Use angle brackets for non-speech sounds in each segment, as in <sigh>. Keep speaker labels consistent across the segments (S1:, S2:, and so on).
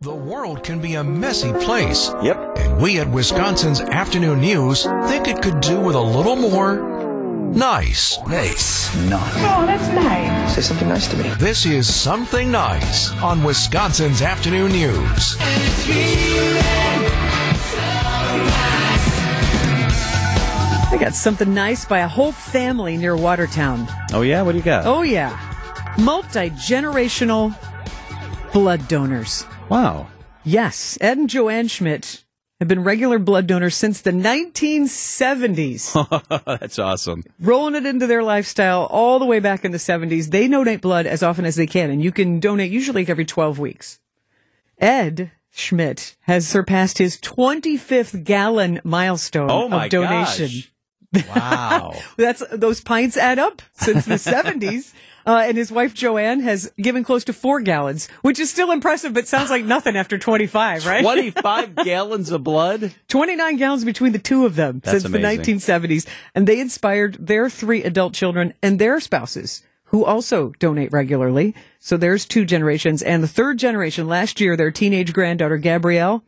S1: The world can be a messy place,
S2: Yep.
S1: and we at Wisconsin's Afternoon News think it could do with a little more nice.
S2: Nice. Not.
S3: Oh, that's nice.
S2: Say something nice to me.
S1: This is Something Nice on Wisconsin's Afternoon News.
S4: I got something nice by a whole family near Watertown.
S5: Oh yeah, what do you got?
S4: Oh, yeah. Multi generational blood donors.
S5: wow.
S4: Yes, Ed and Joanne Schmidt have been regular blood donors since the 1970s,
S5: <laughs> That's awesome.
S4: rolling it into their lifestyle all the way back in the 70s. They donate blood as often as they can, and you can donate usually every 12 weeks. Ed Schmidt has surpassed his 25th gallon milestone
S5: Oh my
S4: of donation.
S5: gosh. <laughs> Wow.
S4: That's those pints add up since
S5: <laughs>
S4: the 70s. Uh, and his wife Joanne has given close to four gallons, which is still impressive, but sounds like nothing after 25, right? <laughs>
S5: 25 gallons of blood?
S4: 29 gallons between the two of them
S5: That's
S4: since
S5: amazing.
S4: the 1970s. And they inspired their three adult children and their spouses who also donate regularly. So there's two generations. And the third generation last year, their teenage granddaughter Gabrielle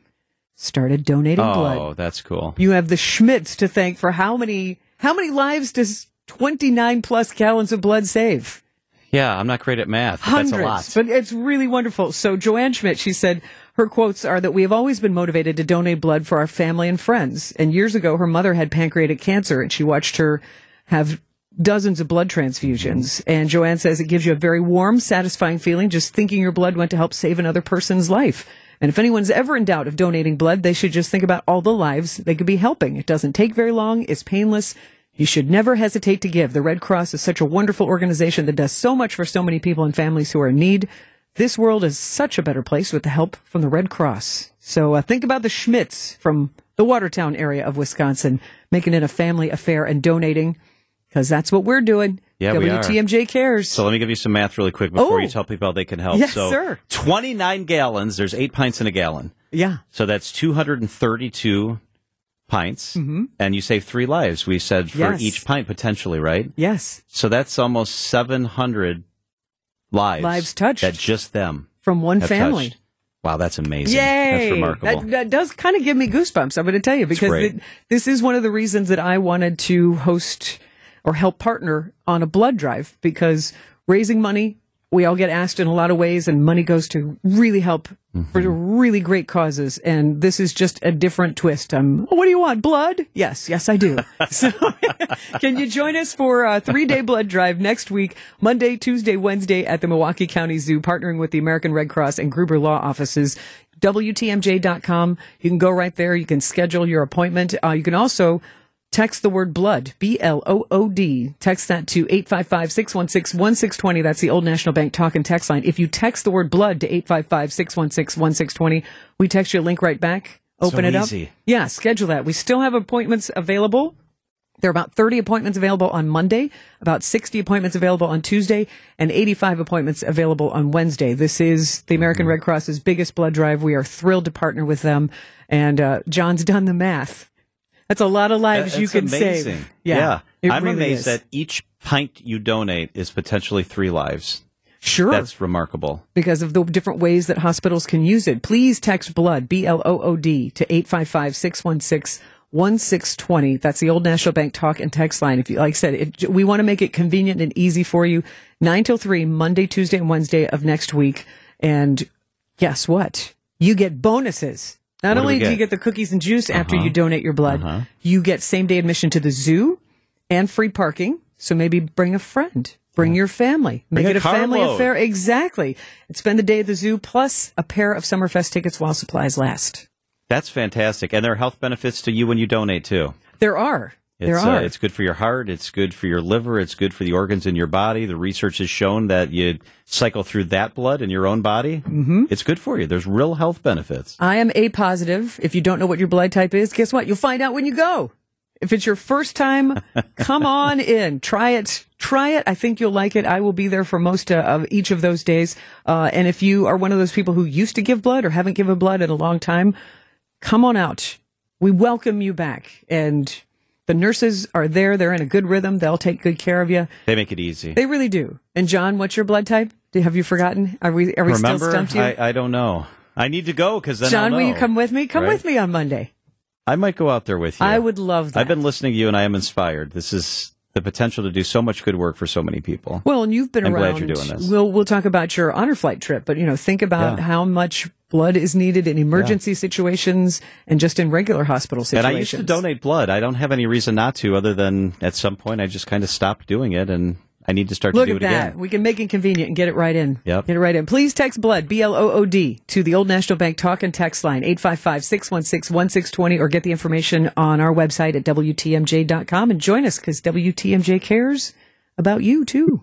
S4: started donating blood.
S5: Oh, that's cool.
S4: You have the Schmidts to thank for how many how many lives does 29 plus gallons of blood save?
S5: Yeah, I'm not great at math. but
S4: Hundreds.
S5: That's a lot.
S4: But it's really wonderful. So Joanne Schmidt, she said her quotes are that we have always been motivated to donate blood for our family and friends. And years ago her mother had pancreatic cancer and she watched her have dozens of blood transfusions. And Joanne says it gives you a very warm, satisfying feeling just thinking your blood went to help save another person's life. And if anyone's ever in doubt of donating blood, they should just think about all the lives they could be helping. It doesn't take very long, it's painless. You should never hesitate to give. The Red Cross is such a wonderful organization that does so much for so many people and families who are in need. This world is such a better place with the help from the Red Cross. So uh, think about the Schmitz from the Watertown area of Wisconsin, making it a family affair and donating, because that's what we're doing.
S5: Yeah, we are.
S4: WTMJ cares.
S5: So let me give you some math really quick before
S4: Oh.
S5: you tell people how they can help.
S4: Yes,
S5: so
S4: sir.
S5: 29 gallons, there's 8 pints in a gallon.
S4: yeah.
S5: So that's 232 pints. Mm-hmm. And you save 3 lives. We said for
S4: Yes.
S5: each pint potentially, right?
S4: Yes.
S5: So that's almost 700 lives.
S4: Lives touched.
S5: That just them.
S4: From one
S5: have
S4: family.
S5: touched. Wow, that's amazing.
S4: Yay!
S5: That's remarkable.
S4: That, that does kind of give me goosebumps. I'm going to tell you because
S5: great.
S4: th- this is one of the reasons that I wanted to host or help partner on a blood drive because raising money, we all get asked in a lot of ways, and money goes to really help for really great causes. And this is just a different twist. Um, what do you want? Blood? Yes, yes, I do. <laughs> so, can you join us for a three-day blood drive next week, Monday, Tuesday, Wednesday at the Milwaukee County Zoo, partnering with the American Red Cross and Gruber Law Offices. WTMJ.com. You can go right there. You can schedule your appointment. Uh, you can also text the word blood, B L O O D. Text that to 855 616 1620. That's the old National Bank talk and text line. If you text the word blood to 855 616 1620, we text you a link right back. Open
S5: So
S4: it up.
S5: easy.
S4: Yeah, schedule that. We still have appointments available. There are about 30 appointments available on Monday, about 60 appointments available on Tuesday, and 85 appointments available on Wednesday. This is the American Red Cross's biggest blood drive. We are thrilled to partner with them. And uh, John's done the math. That's a lot of lives
S5: That-
S4: you
S5: that's
S4: can
S5: amazing.
S4: save.
S5: Yeah.
S4: it
S5: I'm
S4: really
S5: amazed
S4: is.
S5: that each pint you donate is potentially three lives.
S4: Sure.
S5: That's remarkable.
S4: because of the different ways that hospitals can use it. Please text blood, B L O O D, to 855 616 1620. That's the old National Bank talk and text line. If you, like I said, it, we want to make it convenient and easy for you. 9 till 3, Monday, Tuesday, and Wednesday of next week. And guess what? You get bonuses. Not
S5: What do we
S4: only do, you
S5: get? Uh-huh.
S4: get the cookies and juice after you donate your blood, you get same day admission to the zoo and free parking. So maybe bring a friend, bring your family, make
S5: a
S4: it a family
S5: carload.
S4: affair. Exactly. And spend the day at the zoo plus a pair of Summerfest tickets while supplies last.
S5: That's fantastic. And there are health benefits to you when you donate, too.
S4: There are.
S5: It's,
S4: there are.
S5: Uh, it's good for your heart. It's good for your liver. It's good for the organs in your body. The research has shown that you cycle through that blood in your own body. Mm-hmm. It's good for you. There's real health benefits.
S4: I am A positive. If you don't know what your blood type is, guess what? You'll find out when you go. If it's your
S5: <laughs>
S4: first time, come on in. Try it. Try it. I think you'll like it. I will be there for most uh, of each of those days. Uh, and if you are one of those people who used to give blood or haven't given blood in a long time, come on out. We welcome you back. And the nurses are there. They're in a good rhythm. They'll take good care of you.
S5: They make it easy.
S4: They really do. And John, what's your blood type? Do- Have you forgotten? Are we, are we still
S5: Remember?
S4: stumped you?
S5: I, I don't know. I need to go because then
S4: John,
S5: I'll
S4: will you
S5: know,
S4: come with me? Come
S5: right?
S4: with me on Monday.
S5: I might go out there with you.
S4: I would love that.
S5: I've been listening to you, and I am inspired. This is the potential to do so much good work for so many people.
S4: Well, and you've been
S5: I'm glad
S4: around.
S5: you're doing this.
S4: We'll we'll talk about your honor flight trip, but you know, think about
S5: Yeah.
S4: how much blood is needed in emergency situations and just in regular hospital
S5: and
S4: situations.
S5: I used to donate blood. I don't have any reason not to, other than at some point I just kind of stopped doing it, and I need to start
S4: Look
S5: to do
S4: at
S5: it
S4: that.
S5: again.
S4: We can make it convenient and get it right in.
S5: Yep.
S4: Get it right in. Please text blood, B L O O D, to the Old National Bank talk and text line, 855 616 1620, or get the information on our website at WTMJ.com and join us because WTMJ cares about you too.